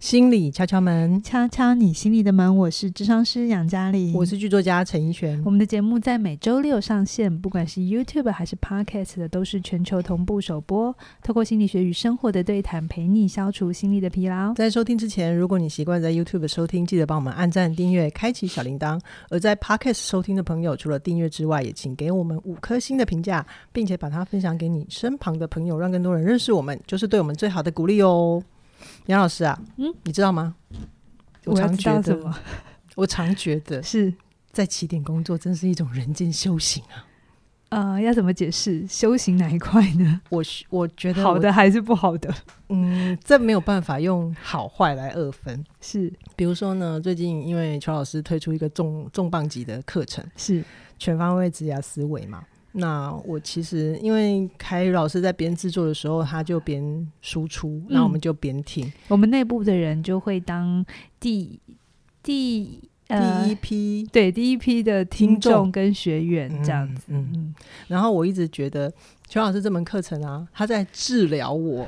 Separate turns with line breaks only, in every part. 心理敲敲门，
敲敲你心里的门，我是智商师杨嘉玲，
我是剧作家陈怡璇
我。们的节目在每周六上线，不管是 YouTube 还是 Podcast 的，都是全球同步首播。透过心理学与生活的对谈，陪你消除心理的疲劳。
在收听之前，如果你习惯在 YouTube 收听，记得帮我们按赞、订阅、开启小铃铛。而在 Podcast 收听的朋友，除了订阅之外，也请给我们五颗星的评价，并且把它分享给你身旁的朋友，让更多人认识我们，就是对我们最好的鼓励哦。杨老师啊，
嗯，
你知道吗？
要
常
知
觉
道什
得，
么？
我常觉得
是
在起点工作真是一种人间修行啊！
呃，要怎么解释修行哪一块呢？
我我觉得我
好的还是不好的？
嗯，这没有办法用好坏来二分。
是
比如说呢，最近因为邱老师推出一个重重磅级的课程
是，
——全方位职涯思维嘛。那我其实因为凯宇老师在边制作的时候，他就边输
嗯
出，那我们就边听。
我们内部的人就会当第第呃
第一批
对第一批的听
听众
众跟学员这样子，
嗯嗯
嗯，
然后我一直觉得邱老师这门课程啊，他在治疗我，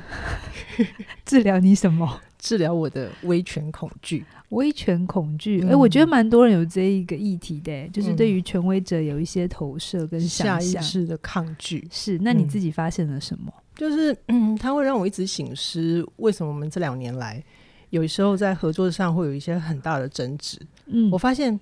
治疗你什么？
治疗我的威权恐惧。
威权恐惧，哎、
嗯
我觉得蛮多人有这一个议题的、就是
嗯
对于权威者有一些投射跟
下
想
意
象。
识的抗拒，
是，那你
嗯
自己发现了什么？
就是嗯，它会让我一直醒思，为什么我们这两年来，有时候在合作上会有一些很大的争执。
嗯
我发现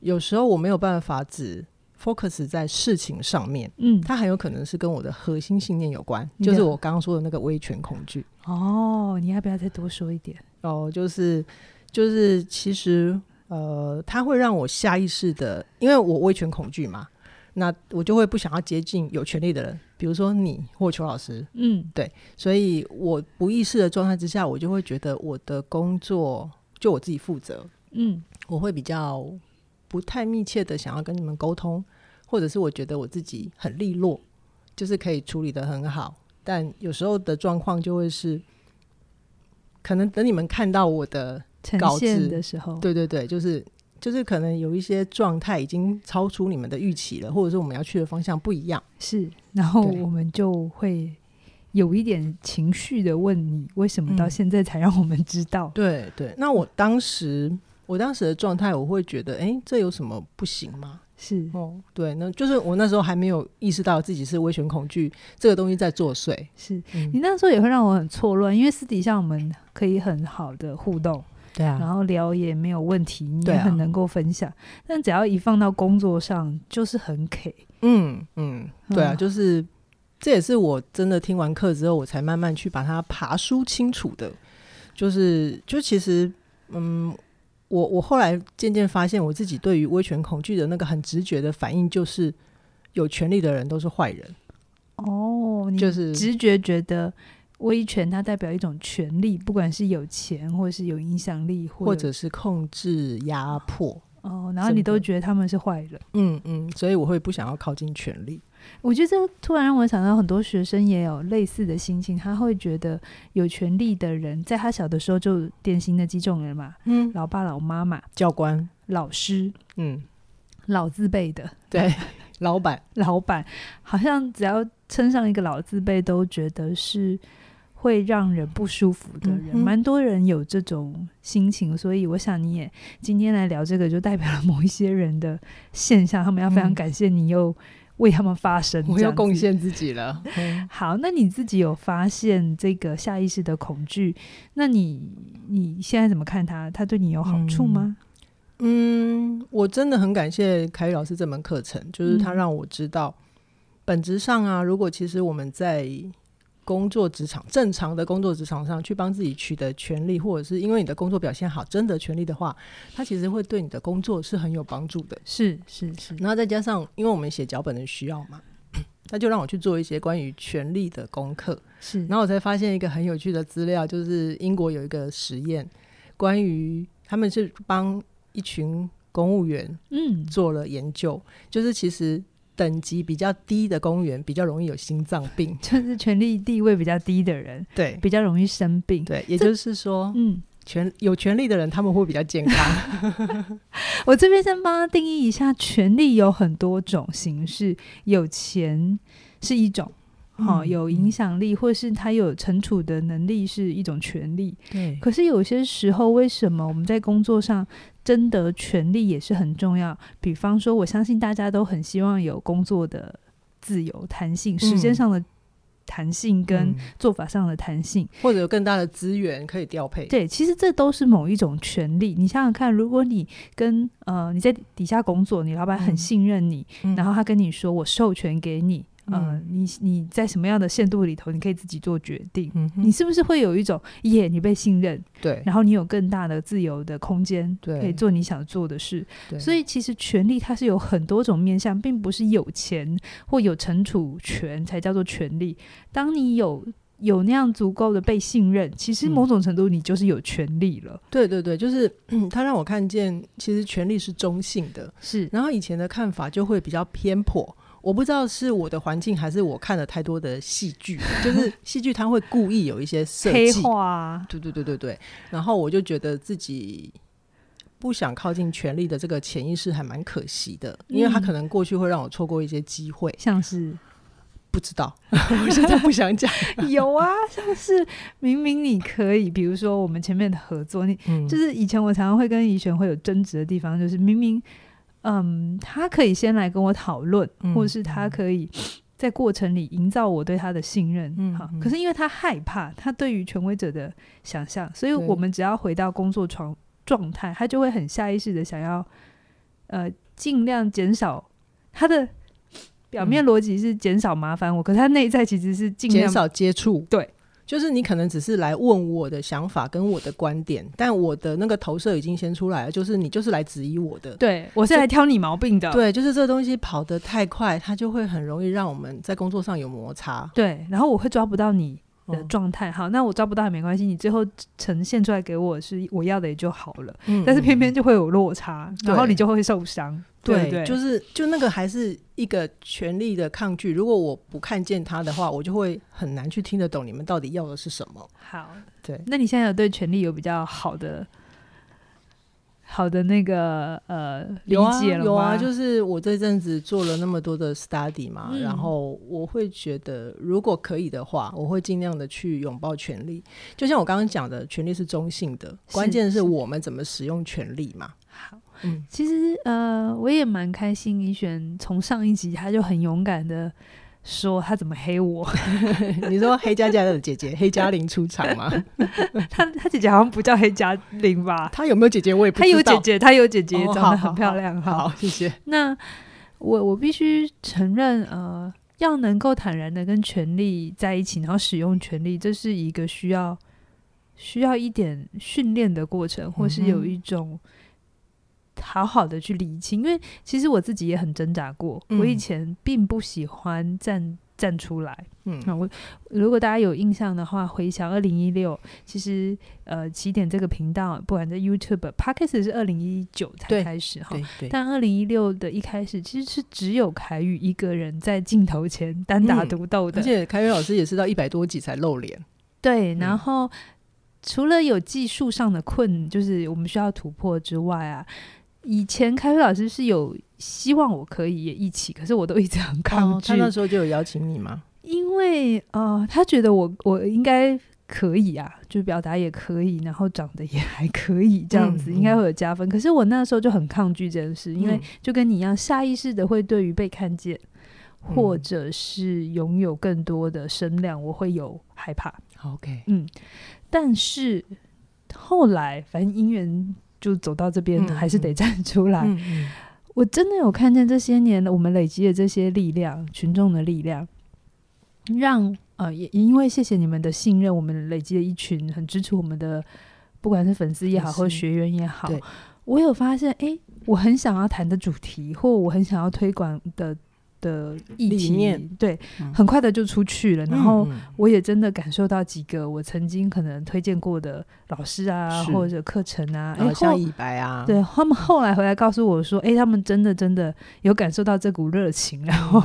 有时候我没有办法只 focus 在事情上面，
嗯，
它很有可能是跟我的核心信念有关，
你的
就是我刚刚说的那个威权恐惧。
哦，你要不要再多说一点？
哦，就是就是，其实呃，它会让我下意识的，因为我威权恐惧嘛，那我就会不想要接近有权利的人，比如说你或邱老师，
嗯
所以我不意识的状态之下，我就会觉得我的工作就我自己负责，
嗯
我会比较不太密切的想要跟你们沟通，或者是我觉得我自己很利落，就是可以处理的很好，但有时候的状况就会是，可能等你们看到我的，
呈
稿子
现的时候，
对对对，就是。就是可能有一些状态已经超出你们的预期了，或者是我们要去的方向不一样。
是，然后
对
我们就会有一点情绪的问你，为什么到
嗯
现在才让我们知道？
对对，那我当时我当时的状态，我会觉得，哎、这有什么不行吗？
是，
哦，对，那就是我那时候还没有意识到自己是威权恐惧这个东西在作祟。
是你
嗯，
那时候也会让我很错乱，因为私底下我们可以很好的互动，
对啊，
然后聊也没有问题，你
对
也
啊
很能够分享。但只要一放到工作上，就是很 K。
嗯嗯，对啊，
嗯
就是这也是我真的听完课之后，我才慢慢去把它爬梳清楚的。就是，就其实，嗯，我我后来渐渐发现，我自己对于威权恐惧的那个很直觉的反应，就是有权利的人都是坏人。
哦，你
就是
直觉觉得威权它代表一种权利，不管是有钱或是有影响力，
或
或
者是控制、压迫，
哦，然后
什
你
么
都觉得他们是坏人。
嗯嗯，所以我会不想要靠近权力。
我觉得这突然让我想到，很多学生也有类似的心情，他会觉得有权利的人，在他小的时候就典型的几种人嘛，
嗯，
老爸、老妈嘛，
教官，
老师、
嗯，
老字辈的。
对，老板，
老板，好像只要称上一个老字辈，都觉得是会让人不舒服的人。
嗯哼
蛮多人有这种心情，所以我想你也今天来聊这个，就代表了某一些人的现象，他们要非常
嗯
感谢你又为他们发声，
我又
这样子
贡。献自己 了。嗯
好，那你自己有发现这个下意识的恐惧？那你你现在怎么看它？它对你有好处吗？
嗯，我真的很感谢凯宇老师这门课程，就是他
嗯
让我知道，本质上啊，如果其实我们在工作职场正常的工作职场上去帮自己取得权利，或者是因为你的工作表现好争得权利的话，它其实会对你的工作是很有帮助的。
是是是，
然后再加上，因为我们写脚本的需要嘛，他就让我去做一些关于权利的功课。
是
然后我才发现一个很有趣的资料，就是英国有一个实验，关于他们是帮一群公务员
嗯，
做了研究，就是其实等级比较低的公务员比较容易有心脏 病，
就是权力地位比较低的人，
对
比较容易生病。
对，也就是说，
嗯，
权有权利的人他们会比较健 康，
我这边先帮他定义一下，权利有很多种形式，有钱是一种，好、
嗯
有影响力，或是他有惩处的能力，是一种权利。
对，
可是有些时候，为什么我们在工作上争得权利也是很重要？比方说，我相信大家都很希望有工作的自由、弹性、时间上的弹性跟
嗯
做法上的弹性。
或者有更大的资源可以调配，
对，其实这都是某一种权利。你想想看，如果你跟呃你在底下工作，你老板很
嗯
信任你，
嗯
然后他跟你说我授权给你，呃
嗯，
你你在什么样的限度里头，你可以自己做决定。
嗯哼，
你是不是会有一种耶你被信任，
对
然后你有更大的自由的空间，
对
可以做你想做的事。
对，
所以其实权利它是有很多种面向，并不是有钱或有惩处权才叫做权利。当你有有那样足够的被信任，其实
嗯
某种程度你就是有权利了。
对对对，就是、 嗯、他让我看见，其实权力是中性的，
是
然后以前的看法就会比较偏颇。我不知道是我的环境，还是我看了太多的戏 剧，就是戏剧它会故意有一些设
黑
计，
化啊，
对对对对对。然后我就觉得自己不想靠近权力的这个潜意识还蛮可惜的，因为它
嗯
可能过去会让我错过一些机会，
像是
不知 道，我现在不想讲。
有啊，像是明明你可以，比如说我们前面的合作，你
嗯，
就是以前我常常会跟怡璇会有争执的地方，就是明明，嗯，他可以先来跟我讨论，
嗯
或是他可以在过程里营造我对他的信任，
嗯
好
嗯。
可是因为他害怕他对于权威者的想象，所以
对
我们只要回到工作状状态，他就会很下意识的想要，呃，尽量减少他的。表面逻辑是减少麻烦我，可是他内在其实是尽
嗯减
量
少接触。
对，
就是你可能只是来问我的想法跟我的观点，但我的那个投射已经先出来了，就是你就是来质疑我的。
对我是来挑你毛病的。
对，就是这个东西跑得太快，它就会很容易让我们在工作上有摩擦。
对，然后我会抓不到你的
嗯
状态。好，那我抓不到也没关系，你最后呈现出来给我是我要的也就好了。
嗯
但是偏
嗯
偏就会有落差，然后
对
你就会受伤。对
对
不对，
就是就那个还是一个权力的抗拒。如果我不看见它的话，我就会很难去听得懂你们到底要的是什么。
好。
对，
那你现在有对权力有比较好的、好的那个呃理
有啊
解了吗？
有啊，就是我这阵子做了那么多的 study 嘛，
嗯
然后我会觉得，如果可以的话，我会尽量的去拥抱权利。就像我刚刚讲的，权利是中性的，关键
是
是我们怎么使用权利嘛。
好。
嗯
其实呃，我也蛮开心，怡璇从上一集他就很勇敢的说他怎么 黑我，
你说黑嘉嘉的姐姐黑嘉玲出场 吗？
他他姐姐好像不叫黑嘉玲吧？
她有没有姐姐我也不
她
知
有
道。
姐姐，她有姐姐，
哦
长
好
得很
好
漂 亮。
好，谢谢。
那我我必须承认，呃，要能够坦然的跟权力在一起，然后使用权力，这是一个需要需要一点训练的过程，或是有
嗯哼
一种。好好的去理清，因为其实我自己也很挣扎过。我以
嗯
前并不喜欢站站出来，
嗯
那、我如果大家有印象的话，回想二零一六，其实呃起点这个频道，不管在 YouTube、Podcast 是二零一九才
对
开始哈
对。对，
但二零一六的一开始，其实是只有凯宇一个人在镜头前单打
嗯
独斗的，
而且凯宇老师也是到一百多集才露脸。
对。
嗯
然后除了有技术上的困，就是我们需要突破之外啊，以前凯宇老师是有希望我可以也一起，可是我都一直很抗
哦他
拒。
那时候就有邀请你吗？
因为呃，他觉得我我应该可以啊，就表达也可以，然后长得也还可以，这样子、
嗯
应该会有加分。可是我那时候就很抗拒这件事，因为
嗯
就跟你一样，下意识的会对于被看见，
嗯
或者是拥有更多的声量，我会有害怕。
好 OK，
嗯，但是后来反正姻缘就走到这边，
嗯
还是得
嗯
站出来。
嗯嗯
我真的有看见这些年我们累积的这些力量，群众的力量，让呃也也因为谢谢你们的信任，我们累积了一群很支持我们的，不管是粉丝也好，
粉丝
或学员也好
对，
我有发现，诶，我很想要谈的主题，或我很想要推广的的议
理
题
念，
对，
嗯
很快的就出去了，然后。
嗯
我也真的感受到几个我曾经可能推荐过的老师啊，
是
或者课程啊，
嗯
诶
呃像
后
以白啊，
对他们后来回来告诉我说，诶，他们真的真的有感受到这股热情，然后、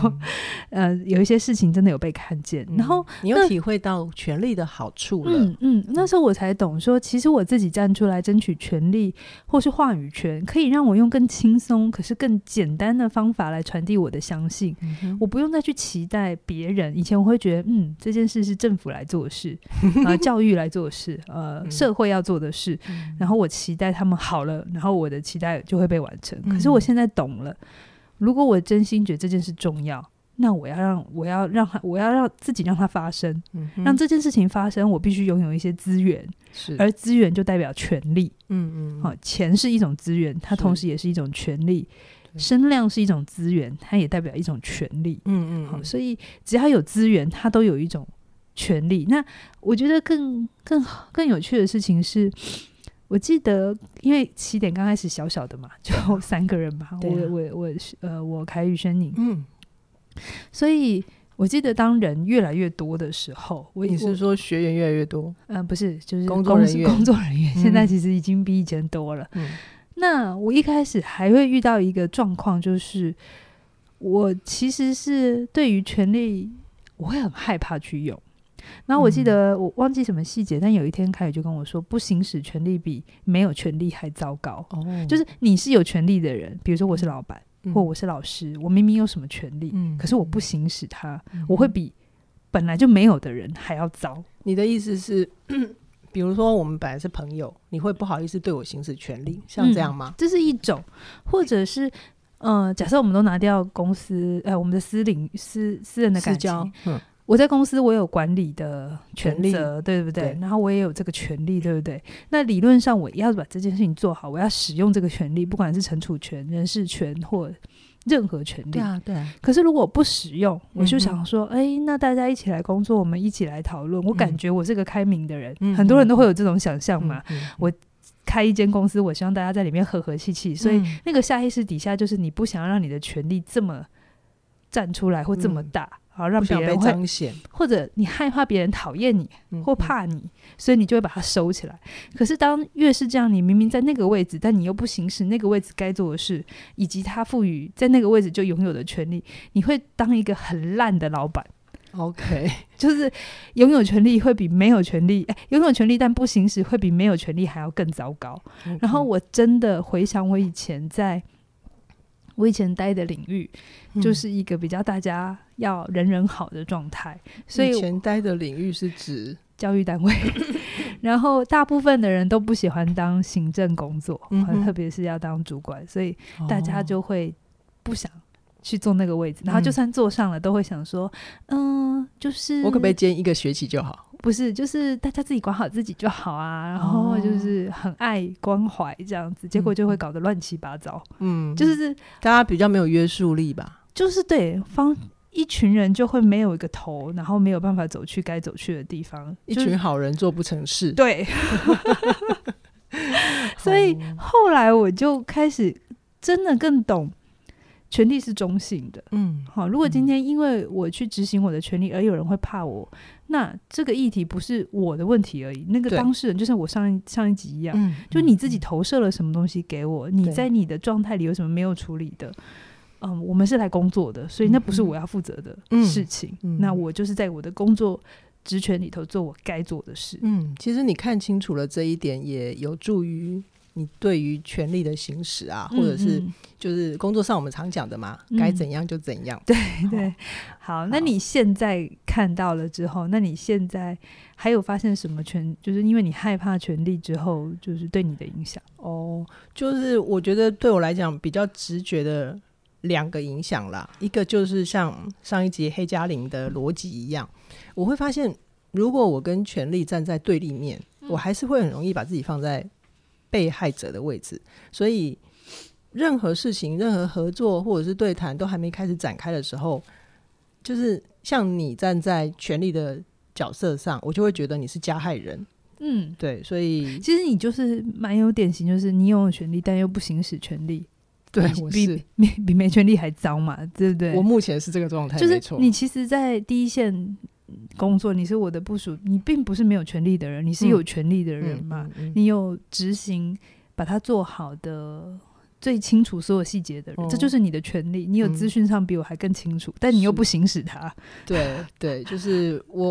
嗯，
呃，有一些事情真的有被看见，
嗯
然后。
你
那
又体会到权力的好处了，
嗯嗯，那时候我才懂说，其实我自己站出来争取权利或是话语权，可以让我用更轻松，可是更简单的方法来传递我的相信。性，
嗯哼
我不用再去期待别人。以前我会觉得，嗯，这件事是政府来做 的事，啊、教育来做的事，呃，
嗯
社会要做的事。然后我期待他们好了，然后我的期待就会被完成。可是我
嗯
现在懂了，如果我真心觉得这件事重要，那我要让我要让它，我要让自己让它发生，
嗯哼
让这件事情发生，我必须拥有一些资源，
是嗯
而资源就代表权利。
嗯嗯
好、钱是一种资源，它
是
同时也是一种权利；
对
声量是一种资源，它也代表一种权利。
嗯嗯
好、
嗯
哦所以只要有资源，它都有一种权利。那我觉得更更更有趣的事情是，我记得因为起点刚开始小小的嘛， 就 三个人嘛，
对
我
啊
我我呃我凯宇轩宁，
嗯，
所以我记得当人越来越多的时候，我
你
我
是说学员越来越多？
呃不是就是
工作人员
工作人员现在
嗯
其实已经比以前多了。
嗯
那我一开始还会遇到一个状况，就是我其实是对于权力，我会很害怕去用。然后
嗯
我记得我忘记什么细节，但有一天凯宇就跟我说，不行使权力比没有权力还糟糕。
哦，
就是你是有权利的人，比如说我是老板、
嗯
或我是老师，我明明有什么权利，
嗯
可是我不行使它，
嗯
我会比本来就没有的人还要糟。
你的意思是， 比如说我们本来是朋友，你会不好意思对我行使权利，
嗯
像这样吗？
这是一种，或者是呃，假设我们都拿掉公司呃我们的私领私私人的
私
感
交
情，，
嗯
我在公司我有管理的权
权利
责，对不对？
对
然后我也有这个权利，对不对？那理论上我要把这件事情做好，我要使用这个权利，不管是惩处权、人事权或任何权利。
啊，对啊，
可是如果我不使用，我就
嗯哼
想说，哎、那大家一起来工作，我们一起来讨论。我感
嗯
觉我是个开明的人，
嗯
很多人
嗯
都会有这种想象
嗯
嘛。，
嗯
我开一间公司，我希望大家在里面和和气气，所以
嗯
那个下意识底下就是你不想要让你的权利这么站出来或这么
嗯
大，然后让
不
别
想被嗯
人会，
彰显
或者你害怕别人讨厌你或，怕你，所以你就会把它收起来。可是当越是这样，你明明在那个位置，但你又不行使那个位置该做的事，以及他赋予在那个位置就拥有的权利，你会当一个很烂的老板。
嗯嗯 OK，
就是拥有权利会比没有权利，哎，拥有权利但不行使会比没有权利还要更糟糕。
嗯
然后我真的回想我以前在。我以前待的领域
嗯
就是一个比较大家要人人好的状态，所以
以前待的领域是指，
教 育单位，然后大部分的人都不喜欢当行政工作，
嗯哼
特别是要当主管，所以 大家
哦
就会不想去坐那个位置，然后就
嗯
算坐上了，都会想说，嗯、就是
哦我可不可以兼一个学期就好？
不是，就是大家自己管好自己就好啊，然
哦
后就是很爱关怀这样子，结果就会搞得乱七八糟，
嗯，
就是
大家比较没有约束力吧？
就是对方一群人就会没有一个头，然后没有办法走去该走去的地方，
一
就是
群好人做不成事，
对，所以
好
后来我就开始真的更懂，权力是中性的。
嗯
好，如果今
嗯
天因为我去执行我的权利，而有人会怕我，那这个议题不是我的问题而已，那个
对
当事人就像我上一上一集一样，
嗯，
就你自己投射了什么东西给我，你
对
在你的状态里有什么没有处理的？嗯，我们是来工作的，所以那不是我要负责的
嗯
事情。
嗯
那我就是在我的工作职权里头做我该做的事。
嗯，其实你看清楚了这一点，也有助于你对于权力的行使啊，或者是
嗯
就是工作上我们常讲的嘛，
嗯
该怎样就怎样。
嗯对，好，那
好
你现在看到了之后，那你现在还有发现什么权？就是因为你害怕权力之后，就是对你的影响。
哦，就是我觉得对我来讲比较直觉的两个影响啦，一个就是像上一集黑嘉玲的逻辑一样，我会发现，如果我跟权力站在对立面，我还是会很容易把自己放在被害者的位置，所以任何事情、任何合作或者是对谈都还没开始展开的时候，就是像你站在权力的角色上，我就会觉得你是加害人。
嗯，
对，所以
其实你就是蛮有典型，就是你拥有权利，但又不行使权利，
对
比
我
比
是。
比比没权利还糟嘛，对不对？
我目前是这个状态，
就
哎没
是
错
你其实，在第一线嗯工作，你是我的部署，你并不是没有权利的人，你是有权利的人嘛，，
嗯嗯嗯嗯
你有执行把它做好的。最清楚所有细节的人，
哦
这就是你的权利。你有
嗯
资讯上比我还更清楚，但你又
是
不行使它。
对对，就是我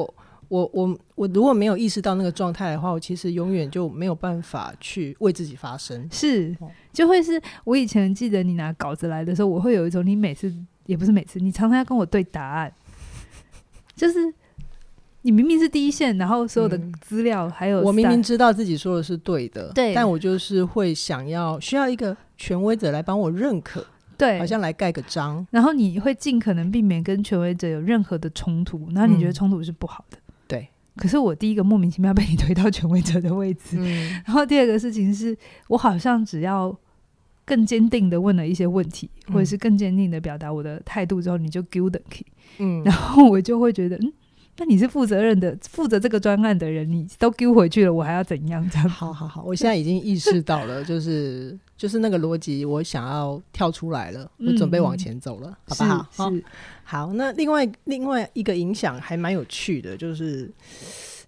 我我我如果没有意识到那个状态的话，我其实永远就没有办法去为自己发声。
是
哦，
就会是我以前记得你拿稿子来的时候，我会有一种你每次也不是每次，你常常要跟我对答案，就是你明明是第一线，然后所有的
嗯
资料还有
我明
stat-
明知道自己说的是对的，
对
但我就是会想要需要一个权威者来帮我认可，
对，
好像来盖个 章。
然后你会尽可能避免跟权威者有任何的冲突，然后你觉
嗯
得冲突是不好的。
对。
可是我第一个莫名其妙被你推到权威者的位置，
嗯，
然后第二个事情是我好像只要更坚定的问了一些问题，
嗯
或者是更坚定的表达我的态度之后，你就 g u i l t y
嗯
然后我就会觉得嗯。那你是负责任的，负责这个专案的人，你都丢回去了，我还要怎样？这样
好好好，我现在已经意识到了，就是 就是那个逻辑，我想要跳出来了，我准备往前走了，好不好？
嗯是
好
是
好，那另外另外一个影响还蛮有趣的，就是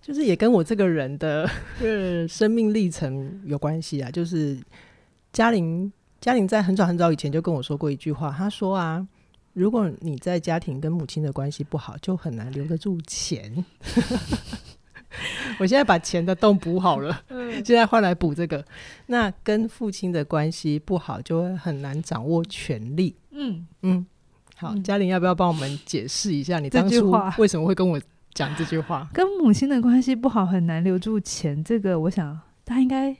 就是也跟我这个人的呃生命历程有关系啊。就是嘉玲，嘉玲在很早很早以前就跟我说过一句话，她说啊，如果你在家庭跟母亲的关系不好，就很难留得住钱。 我现在把钱的洞补好了，现在换来补这个。那跟父亲的关系不好，就会很难掌握权力。
嗯，
嗯，好，
嗯
嘉玲要不要帮我们解释一下你
这
当
句
初
话
为什么会跟我讲这句话？
跟母亲的关系不好，很难留住钱。这个我想大家应该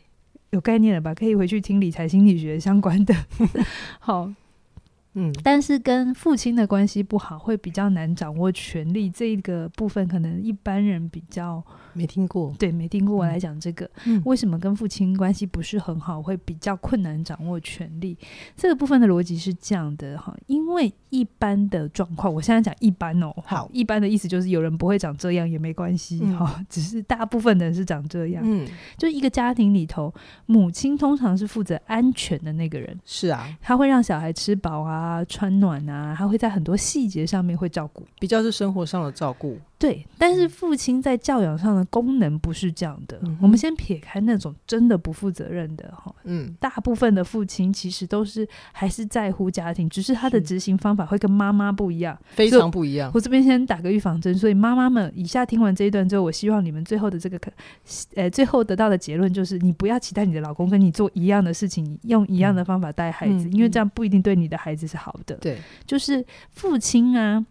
有概念了吧？可以回去听理财心理学相关的。 好，
嗯
但是跟父亲的关系不好，会比较难掌握权力这个部分，可能一般人比较
没听过。
对没听过。我来讲这个，
嗯
为什么跟父亲关系不是很好，会比较困难掌握权力？这个部分的逻辑是这样的哈，因为一般的状况，我现在讲一般哦，哈
好
一般的意思就是有人不会长这样也没关系
嗯
哈、只是大部分的人是长这样。
嗯，
就一个家庭里头，母亲通常是负责安全的那个人，
是啊，
她会让小孩吃饱啊、穿暖啊，她会在很多细节上面会照顾。
比较是生活上的照顾。
对，但是父亲在教养上的功能不是这样的。
嗯嗯哼
我们先撇开那种真的不负责任的哈，
嗯
大部分的父亲其实都是还是在乎家庭，只是他的
是哦
执行方法会跟妈妈不一样。
非
就
常不一样。
我这边先打个预防针，所以妈妈们以下听完这一段之后，我希望你们最后的这个，呃，最后得到的结论就是，你不要期待你的老公跟你做一样的事情，用一样的方法带孩子，
嗯
因为这样不一定对你的孩子是好的。
对，
就是父亲啊，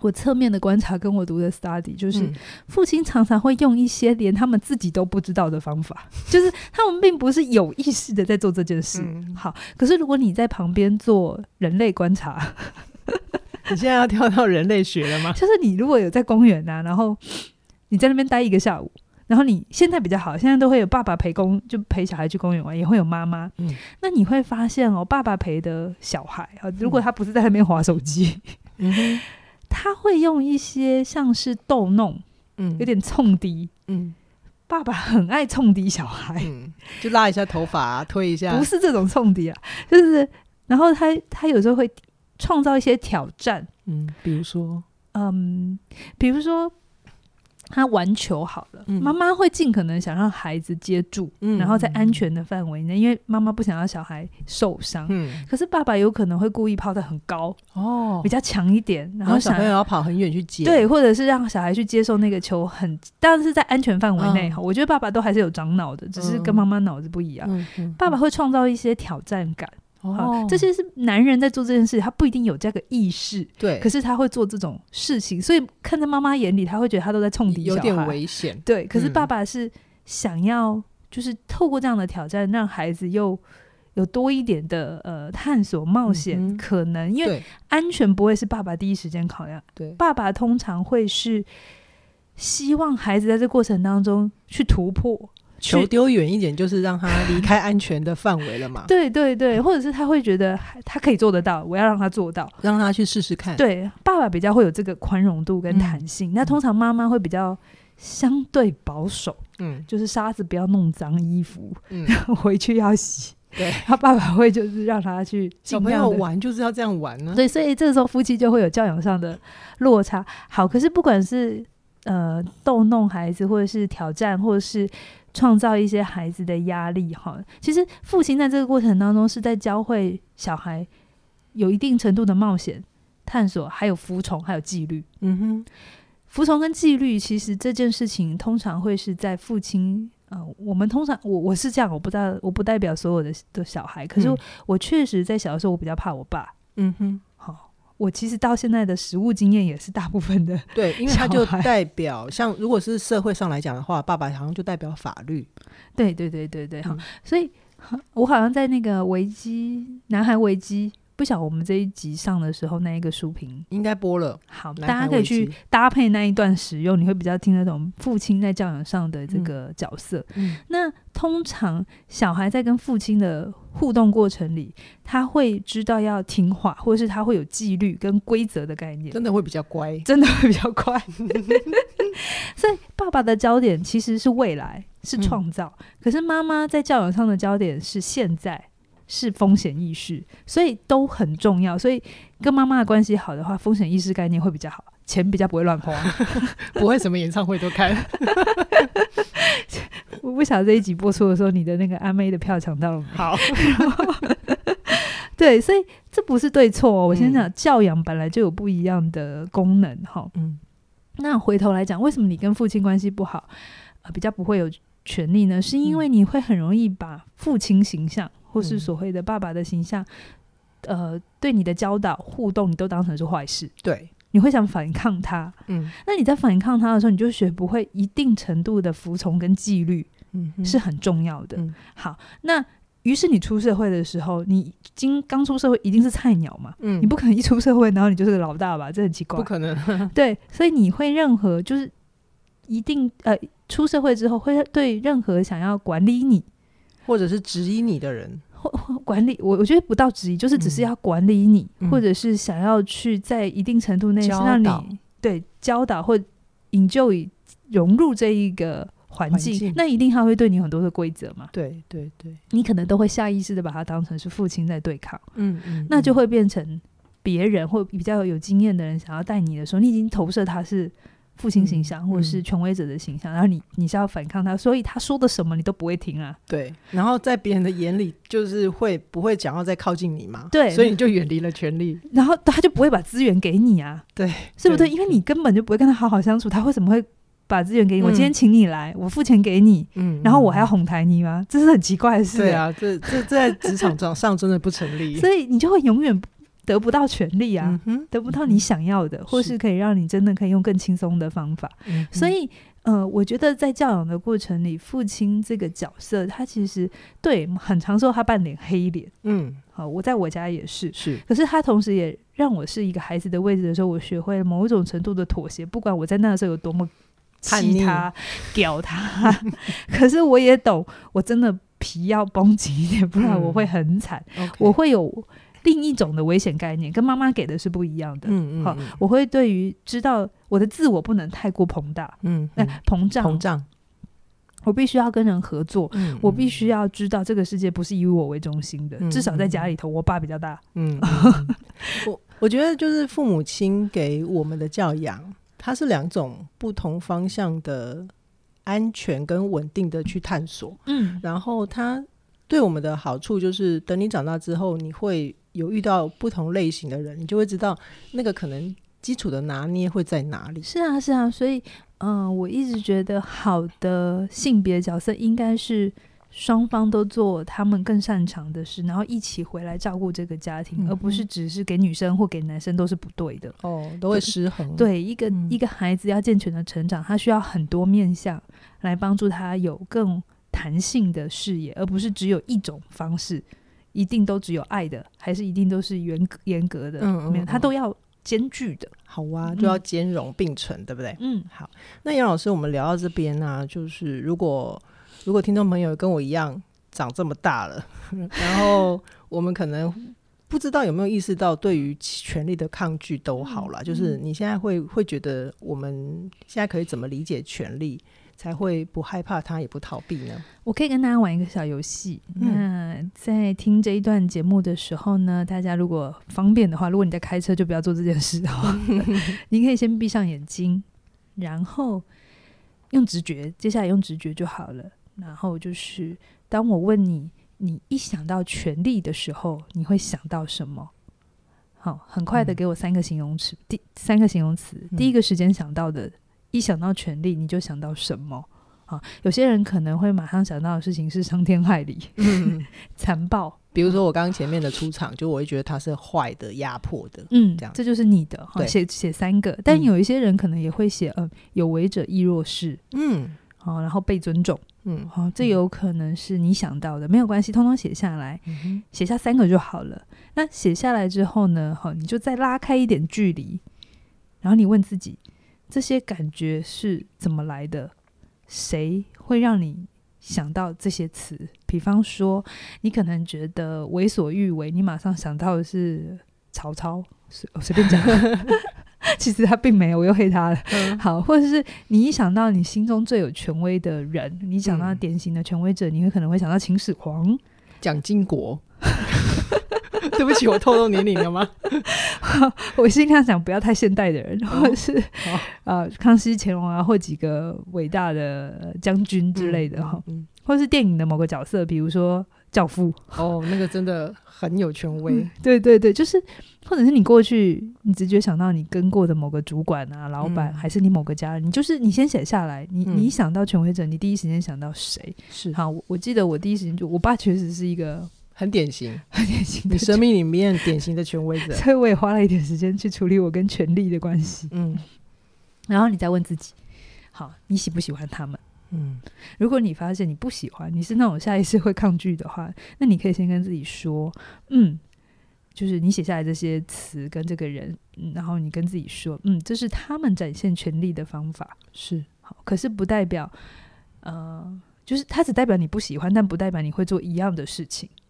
我侧面的观察跟我读的 study 就是。
嗯
父亲常常会用一些连他们自己都不知道的方法， 就是他们并不是有意识的在做这件事。
嗯
好，可是如果你在旁边做人类观察，
你现在要跳到人类学了吗？
就是你如果有在公园啊，然后你在那边待一个下午，然后你现在比较好，现在都会有爸爸陪公，就陪小孩去公园玩，也会有妈妈。
嗯
那你会发现哦，爸爸陪的小孩啊，如果他不是在那边划手机，
嗯哼
他会用一些像是逗弄，
嗯
有点冲敌。
嗯
爸爸很爱冲敌小孩，
嗯，就拉一下头发啊、推一下
不。是这种冲敌啊，就是然后他他有时候会创造一些挑战，
嗯，比如说，
嗯，比如说他玩球好了，
嗯
妈妈会尽可能想让孩子接住，
嗯
然后在安全的范围内，因为妈妈不想要小孩受伤。
嗯
可是爸爸有可能会故意抛得很高，
哦
比，较强一点，然
然后
后
小
想
朋友要跑很远去捡。
对，或者是让小孩去接受那个球很，但是在安全范围内
嗯
哈，我觉得爸爸都还是有长脑的，只是跟
嗯
妈妈脑子不一样。
嗯，嗯
爸爸会创造一些挑战感，
哦
好，，这些是男人在做这件事，他不一定有这个意识，
对，
可是他会做这种事情，所以看在妈妈眼里，他会觉得他都在冲敌
有
小
点
孩。
危险。
对，可是
嗯
爸爸是想要，就是透过这样的挑战，让孩子又有多一点的呃探索冒险、
嗯哼
可能，因为
对
安全不会是爸爸第一时间考量，
对，
爸爸通常会是希望孩子在这过程当中去突破，
球丢远一点，就是让他离开安全的范围了嘛，
对对对，或者是他会觉得他可以做得到，我要让他做到。
让他去试试看。，
对，爸爸比较会有这个宽容度
嗯
跟弹性，那通常妈妈会比较相对保守，
嗯
就是沙子不要弄脏衣服，
嗯，
回去要洗。
对，
他爸爸会就是让他去
小
尽
朋友
量的。
玩就是要这样玩啊呢。
对，所以这个时候夫妻就会有教养上的落差。好，可是不管是呃逗弄孩子，或者是挑战，或者是创造一些孩子的压力，哈，其实父亲在这个过程当中是在教会小孩有一定程度的冒险、探索，还有服从，还有纪律。
嗯哼，
服从跟纪律，其实这件事情通常会是在父亲。呃，我们通常我我是这样，我不知道，我不代表所有的的小孩，可是
嗯
我确实在小的时候，我比较怕我爸，
嗯哼，
好、我其实到现在的实务经验也是大部分的，
对，因为它就
小孩
代表像如果是社会上来讲的话，爸爸好像就代表法律，
对对对对对，哈、
嗯
所以哈我好像在那个危机男孩危机，不晓得我们这一集上的时候那一个书评，
应该播了。
好，
男
大
孩
家可以
危
去
机
搭配那一段使用，你会比较听得懂父亲在教养上的这
嗯
个角色。
嗯
那通常小孩在跟父亲的互动过程里，他会知道要听话，或是他会有纪律跟规则的概念，
真的会比较乖。
真的会比较快。 所以爸爸的焦点其实是未来，是创造；可是妈妈在教养上的焦点是现在。是风险意识，所以都很重要。所以跟妈妈的关系好的话，风险意识概念会比较好，钱比较不会 乱花。
不会什么演唱会都看。
我不晓得这一集播出的时候，你的那个阿妹的票抢到了吗？
好，
对，所以这不是对错、哦。我先
嗯
讲、教养本来就有不一样的功能哈。
嗯
那回头来讲，为什么你跟父亲关系不好，呃，比较不会有权利呢？是因为你会很容易把父亲形象，或是
嗯
所谓的爸爸的形象，呃，对你的教导互动，你都当成是坏事，
对，
你会想反抗他。
嗯
那你在反抗他的时候，你就学不会一定程度的服从跟纪律，
嗯
是很重要的。
嗯
好，那于是你出社会的时候，你经刚出社会一定是菜鸟嘛，
嗯
你不可能一出社会然后你就是个老大吧，这很奇怪。
不可能，
对，所以你会任何就是一定呃，出社会之后会对任何想要管理你。
或者是质疑你的人，
或或管理我，我觉得不到质疑，就是只是要管理你，
嗯
或者是想要去在一定程度内是
教
让
导
你对教导或 enjoy 融入这一个环
环
境，
境
那一定他会对你有很多的规则嘛。
对对对，
你可能都会下意识的把它当成是父亲在对抗，
嗯嗯
那就会变成别人或比较有经验的人想要带你的时候，你已经投射他是父亲形象、
嗯
或是权威者的形象，然后你你是要反抗他，所以他说的什么你都不会听啊。
对，然后在别人的眼里，就是会不会想要再靠近你嘛？
对
所以你就远离了权力。
然后他就不会把资源给你啊，
对，
是不对？
对
因为你根本就不会跟他好好相处，他为什么会把资源给你？
嗯
我今天请你来，我付钱给你，
嗯
然后我还要哄抬你吗？这是很奇怪的事、欸
对，啊，这这这在职场上上真的不成立。
所以你就会永远得不到权利啊。
嗯哼，
得不到你想要的，或
是
是可以让你真的可以用更轻松的方法。
嗯哼
所以，呃，我觉得在教养的过程里，父亲这个角色，他其实对很常说他扮脸黑脸。
嗯
好，我在我家也是，
是
可是他同时也让我是一个孩子的位置的时候，我学会了某一种程度的妥协，不管我在那个时候有多么
叛
气
逆
他、屌他， 可是我也懂，我真的皮要绷紧一点，不然我
嗯
会很惨，
OK
我会有另一种的危险概念，跟妈妈给的是不一样的。
嗯嗯
好
嗯
我会对于知道我的自我不能太过膨大，
嗯
哎、
嗯
膨胀，
膨胀，
我必须要跟人合作，
嗯
我必须要知道这个世界不是以我为中心的，
嗯
至少在家里头，我爸比较大。
嗯，嗯 嗯我我觉得就是父母亲给我们的教养，它是两种不同方向的安全跟稳定的去探索。
嗯
然后它对我们的好处就是，等你长大之后，你会有遇到不同类型的人，你就会知道那个可能基础的拿捏会在哪里。
是啊，是啊，所以，嗯、我一直觉得好的性别角色应该是双方都做他们更擅长的事，然后一起回来照顾这个家庭，
嗯
而不是只是给女生或给男生都是不对的。
哦，都会失衡。，
对一个、
嗯
一个孩子要健全的成长，他需要很多面向来帮助他有更弹性的视野，而不是只有一种方式，一定都只有爱的，还是一定都是严格严格的，
嗯嗯
没有，他
嗯
都要兼具的。
好啊，就要
嗯
兼容并存，对不对？
嗯，
好，那杨老师，我们聊到这边呢、就是如果如果听众朋友跟我一样长这么大了， 然后我们可能不知道有没有意识到，对于权力的抗拒都好啦，
嗯
就是
嗯
你现在会会觉得我们现在可以怎么理解权力，才会不害怕它也不逃避 呢？
我可以跟大家玩一个小游戏。那在听这一段节目的时候呢，大家如果方便的话，如果你在开车，就不要做这件事哦。你可以先闭上眼睛，然后用直觉，接下来用直觉就好了。然后就是，当我问你，你一想到权力的时候，你会想到什么？好，很快的
嗯
给我三个形容词。第三个形容词，
嗯
第一个时间想到的，一想到权力，你就想到什么？啊，有些人可能会马上想到的事情是伤天害理、
嗯
残暴、
比如说我刚刚前面的出场，就我会觉得它是坏的、压迫的，
嗯，
这样
就是你的哈，
对
写写三个，但
嗯
有一些人可能也会写，嗯，有为者亦若是，
嗯
好，然后被尊重，
嗯
好，这有可能是你想到的，没有关系，通通写下来，
嗯哼
写下三个就好了。那写下来之后呢，好，你就再拉开一点距离，然后你问自己，这些感觉是怎么来的？谁会让你想到这些词？比方说，你可能觉得为所欲为，你马上想到的是曹操，随我随便讲， 其实他并没有，我又黑他了。
嗯
好，或者是你一想到你心中最有权威的人，你想到
嗯
典型的权威者，你会可能会想到秦始皇，
蒋经国。 对不起，我透露年龄了吗？
我尽量讲不要太现代的人，或者是、
哦
呃康熙、乾隆啊，或几个伟大的将军之类的哈，
嗯，
或是电影的某个角色，比如说教父，嗯
哦，那个真的嗯很有权威。
对对对，就是或者是你过去你直觉想到你跟过的某个主管啊、老板，
嗯
还是你某个家人，你就是你先写下来，你、
嗯
你一想到权威者，你第一时间想到谁？
是
好，我我记得我第一时间就我爸确实是一个
很典型，
很典型的
你生
权，
命里面典型的权威者。
所以我也花了一点时间去处理我跟权力的关系。
嗯
然后你再问自己，好，你喜不喜欢他们？
嗯
如果你发现你不喜欢，你是那种下意识会抗拒的话，那你可以先跟自己说，嗯，就是你写下来这些词跟这个人，嗯然后你跟自己说，嗯，这是他们展现权力的方法。
是，
好，可是不代表，呃，就是它只代表你不喜欢，但不代表你会做一样的事情。
嗯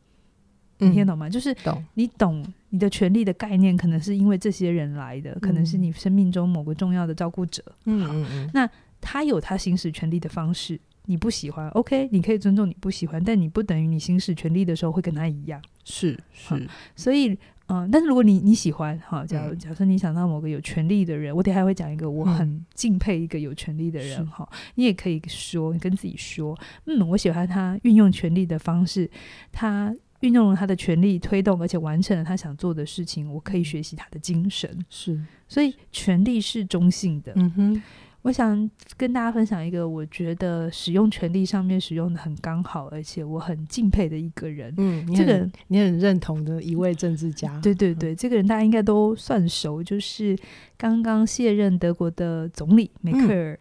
你听得懂吗？就是
懂
你懂你的权利的概念，可能是因为这些人来的，可能是
嗯
你生命中某个重要的照顾者，
嗯嗯嗯，
他有他行使权利的方式，你不喜欢，OK，你可以尊重你不喜欢，但你不等于你行使权利的时候会跟他一样。
是是，
所以，嗯、但是如果你你喜欢，哈，假如
嗯
假设你想到某个有权利的人，我等一下会讲一个我
嗯
很敬佩一个有权利的人，
是
哈、你也可以说，你跟自己说，嗯，我喜欢他运用权利的方式，他。运用了他的权利，推动而且完成了他想做的事情，我
嗯
可以学习他的精神。
是，
所以，权利是中性的，
嗯哼，
我想跟大家分享一个我觉得使用权利上面使用的很刚好，而且我很敬佩的一个人。
嗯，你
这个
很你很认同的一位政治家，
对对对，这个人大家应该都算熟，就是刚刚卸任德国的总理梅
嗯
克尔。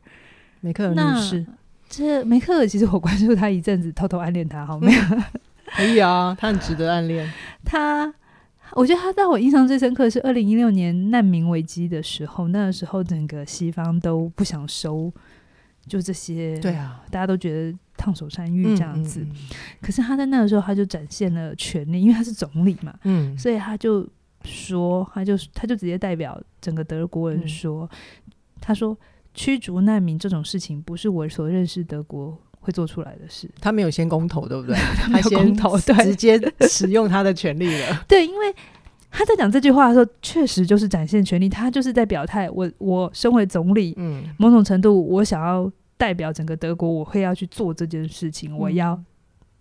梅克尔
那
女士，
这梅克尔其实我 关注他一阵子，偷偷暗恋他，好
嗯
没有？
可以啊，她很值得暗恋。
他，我觉得他让我印象最深刻的是二零一六年难民危机的时候，那时候整个西方都不想收，就这些，
对，啊，
大家都觉得烫手山芋这样子。
嗯，
可是他在那个时候，他就展现了权力，因为他是总理嘛，
嗯，嗯
所以他就说，他就他就直接代表整个德国
嗯
人说，他说驱逐难民这种事情不是我所认识德国会做出来的事，
他没有先公投，对不对？他
没有公
先
投
直
对
接使用他的权利了。
对，因为。他在讲这句话的时候，确实就是展现权力，他就是在表态。我我身为总 理，
嗯，
某种程度我想要代表整个德国，我会要去做这件事
嗯
情，我要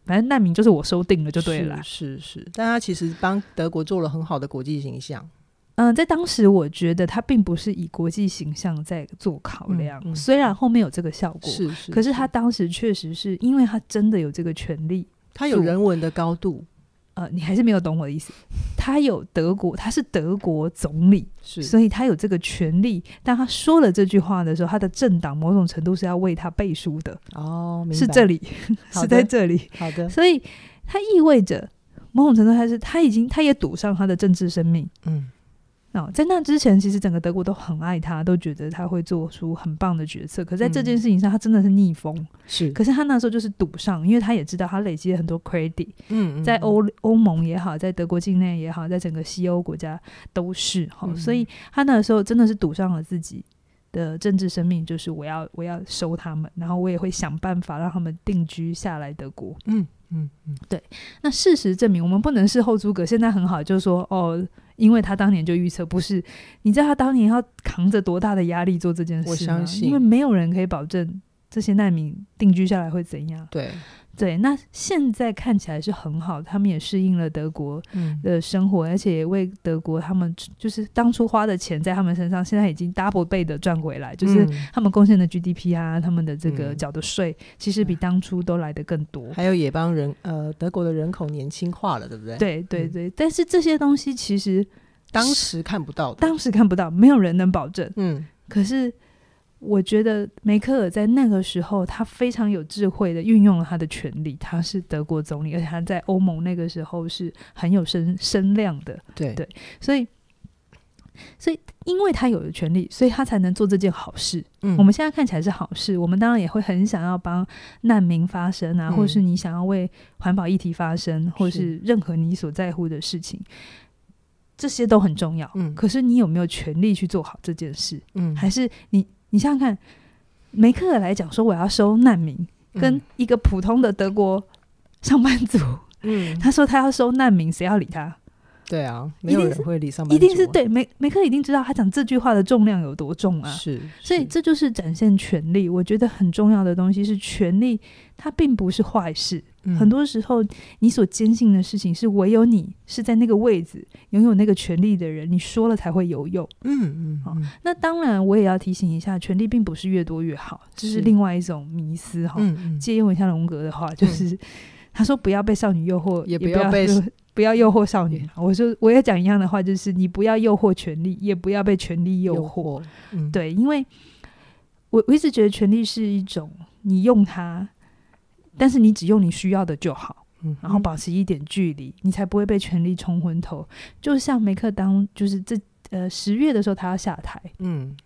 反正难民就是我收定了就对了啦。
是是是，但他其实帮德国做了很好的国际形象。
嗯，在当时我觉得他并不是以国际形象在做考量，
嗯嗯
虽然后面有这个效果，
是是，
可是他当时确实是因为他真的有这个权利。
他有人文的高度，
呃，你还是没有懂我的意思。他有德国，他是德国总理，
是
所以他有这个权利。当他说了这句话的时候，他的政党某种程度是要为他背书的，
哦，明
是
白
这里，
好
是
的
在这里。
好的，
所以它意味着某种程度，他是他已经他也赌上他的政治生命。
嗯
哦，在那之前，其实整个德国都很爱他，都觉得他会做出很棒的决策。可在这件事情上，他真的是逆风。
是，
可是他那时候就是赌上，因为他也知道他累积了很多 credit，
嗯嗯
在
嗯
欧欧盟也好，在德国境内也好，在整个西欧国家都是哈、
嗯
所以他那时候真的是赌上了自己的政治生命，就是我要我要收他们，然后我也会想办法让他们定居下来德国。
嗯嗯嗯，
那事实证明，我们不能事后诸葛。现在很好，就是说哦，因为他当年就预测，不是？你知道他当年要扛着多大的压力做这件事吗？
我相信
因为没有人可以保证这些难民定居下来会怎样。
对，
对，那现在看起来是很好，他们也适应了德国
嗯，
的生活，而且也为德国他们就是当初花的钱在他们身上，现在已经 double 倍的赚回来，就是
嗯
他们贡献的 GDP 啊，他们的这个
嗯
缴的税，其实比当初都来的更多。
还有也帮人呃德国的人口年轻化了，对不对？，
对对
嗯
对，但是这些东西其实
当时看不到的，
当时看不到，没有人能保证。
嗯
可是我觉得梅克尔在那个时候，他非常有智慧的运用了他的权利，他是德国总理，而且他在欧盟那个时候是很有声声量的，
对
对所以。所以，因为他有了权利，所以他才能做这件好事。
嗯
我们现在看起来是好事，我们当然也会很想要帮难民发声啊，
嗯
或是你想要为环保议题发声，或
是
是任何你所在乎的事情，这些都很重要。
嗯
可是你有没有权利去做好这件事？
嗯
还是你你想想看，梅克尔来讲说我要收难民，跟一个普通的德国上班族，
嗯嗯
他说他要收难民，谁要理他？
对啊，没
一
有
定
人
是
会理上班
一定
族
是
啊，
对梅梅克尔一定知道他讲这句话的重量有多重啊。
是，
所以
是
这就是展现权力，我觉得很重要的东西是权力，它并不是坏事。
嗯
很多时候，你所坚信的事情是唯有你是在那个位置拥有那个权力的人，你说了才会有用。
嗯嗯
好
嗯
那当然，我也要提醒一下，权力并不是越多越好，这
是
是另外一种迷思哈。
嗯嗯
借用一下荣格的话，就是、 他说不要被少女诱惑，
也
也
不要被
不 不要诱惑少女。我说我也讲一样的话，就是你不要诱惑权力，也不要被权力诱惑。，
嗯，
对，因为我我一直觉得权力是一种你用它，但是你只用你需要的就好。
嗯，
然后保持一点距离，你才不会被权力冲昏头。就像梅克当，就是这呃十月的时候，他要下台，
嗯，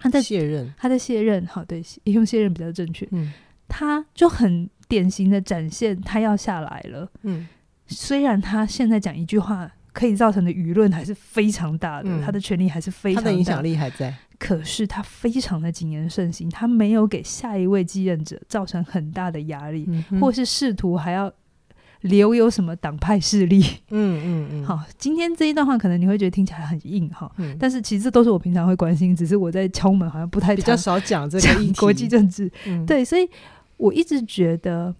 他在
卸任，
他在卸任，好对，用卸任比较正确。
嗯
他就很典型的展现他要下来了，
嗯
虽然他现在讲一句话。可以造成的舆论还是非常大的，
嗯
他的权力还是非
他
常大
的影响力还在，
可是他非常的谨言慎行，他没有给下一位继任者造成很大的压力，
嗯哼
或是试图还要留有什么党派势力。
嗯嗯嗯，
好，今天这一段话可能你会觉得听起来很硬哈，
嗯，
但是其实这都是我平常会关心，只是我在敲门好像不太
比较
常
少讲这个议
讲
题
国际，政治。
嗯，
对，所以我一直觉得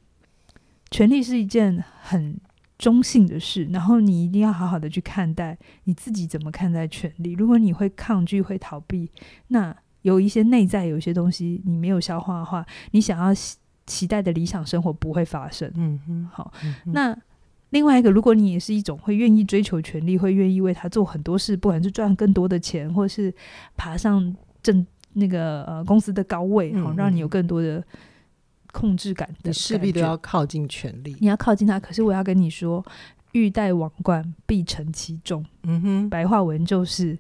权力是一件很中性的事，然后你一定要好好的去看待你自己怎么看待权力。如果你会抗拒、会逃避，那有一些内在有一些东西你没有消化的话，你想要期期待的理想生活不会发生。
嗯哼，
好，
嗯哼
那。另外一个，如果你也是一种会愿意追求权力，会愿意为他做很多事，不管是赚更多的钱，或是爬上正那个呃公司的高位，
嗯
好、
嗯
让你有
嗯
更多的控制感的
你势必
感
都
觉
要靠近权力，
你要靠近他。可是我要跟你说，欲戴王冠，必承其重。
嗯哼，
白话文就是，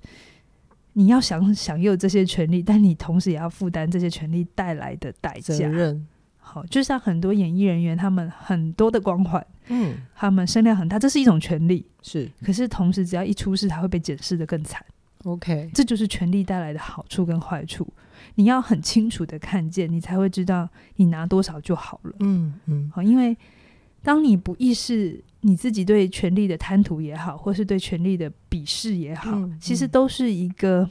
你要享享有这些权利，但你同时也要负担这些权利带来的代
责
价。
任，
好，就像很多演艺人员，他们很多的光环，
嗯，
他们声量很大，这是一种权利。
是
可是同时，只要一出事，他会被检视的更惨。
OK，
这就是权力带来的好处跟坏处。你要很清楚的看见，你才会知道你拿多少就好了。
嗯嗯
好，因为当你不意识你自己对权力的贪图也好，或是对权力的鄙视也好，
嗯
其实
嗯
都是一个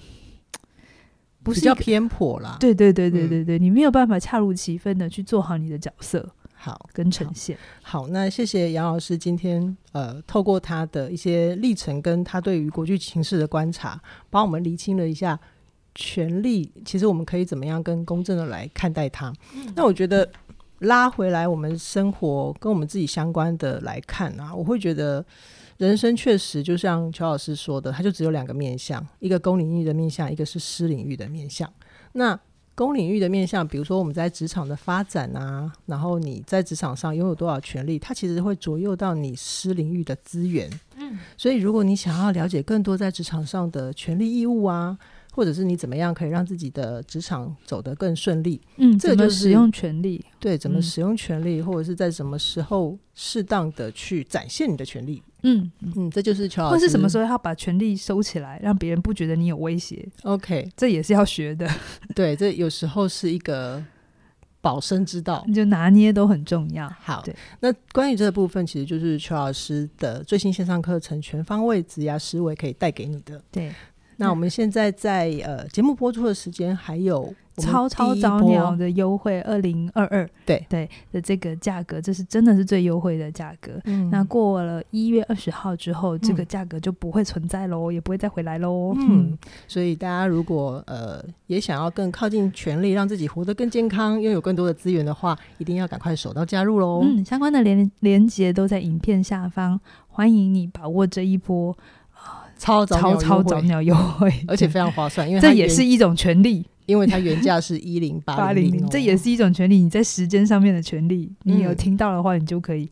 不
比
是一
较
个
偏颇啦，，
对对对对
嗯
对对，你没有办法恰如其分的去做好你的角色
好
跟呈现。
好，那谢谢杨老师今天呃，透过他的一些历程跟他对于国际情势的观察，帮我们厘清了一下。权力其实我们可以怎么样跟公正的来看待它？那我觉得拉回来我们生活跟我们自己相关的来看啊，我会觉得人生确实就像邱老师说的，它就只有两个面向，一个公领域的面向，一个是私领域的面向。那公领域的面向，比如说我们在职场的发展啊，然后你在职场上拥有多少权利，它其实会左右到你私领域的资源。
嗯，
所以如果你想要了解更多在职场上的权利义务啊，或者是你怎么样可以让自己的职场走得更顺利，
嗯，
这
怎
就
么
是
使用权力？
对，怎么
嗯
使用权利，或者是在什么时候适当的去展现你的权利。
嗯，
嗯，这就是乔老师。
或是什么时候要把权力收起来，让别人不觉得你有威胁，
？OK，
这也是要学的，
对，这有时候是一个保身之道。
就拿捏都很重要。
好
对，
那关于这个部分，其实就是邱老师的最新线上课程《全方位职涯思维》可以带给你的。
对，
那我们现在在呃节目播出的时间还有
超超早鸟的优惠，二零二二
对
对的这个价格，这是真的是最优惠的价格。那
那
过了一月二十号之后，这个
嗯
价格就不会存在喽，也不会再回来喽。
嗯，所以大家如果呃也想要更靠近权力，让自己活得更健康，拥有更多的资源的话，一定要赶快手到加入喽。
嗯，相关的连连接都在影片下方，欢迎你把握这一波
超早鸟优
超
惠
超早，鸟优惠，
而且非常划算，因为它
这也
原
是一种权利，
因为它原价是一零哦
八
八
零哦
零
零，，这也是一种权利，你在时间上面的权利，你有
嗯
听到的话，你就可以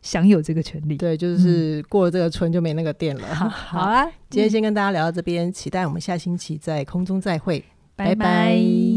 享有这个权利。
对，就是过了这个村就没那个店了。
嗯好，好啊，
今天先跟大家聊到这边，期待我们下星期在空中再会，拜
拜拜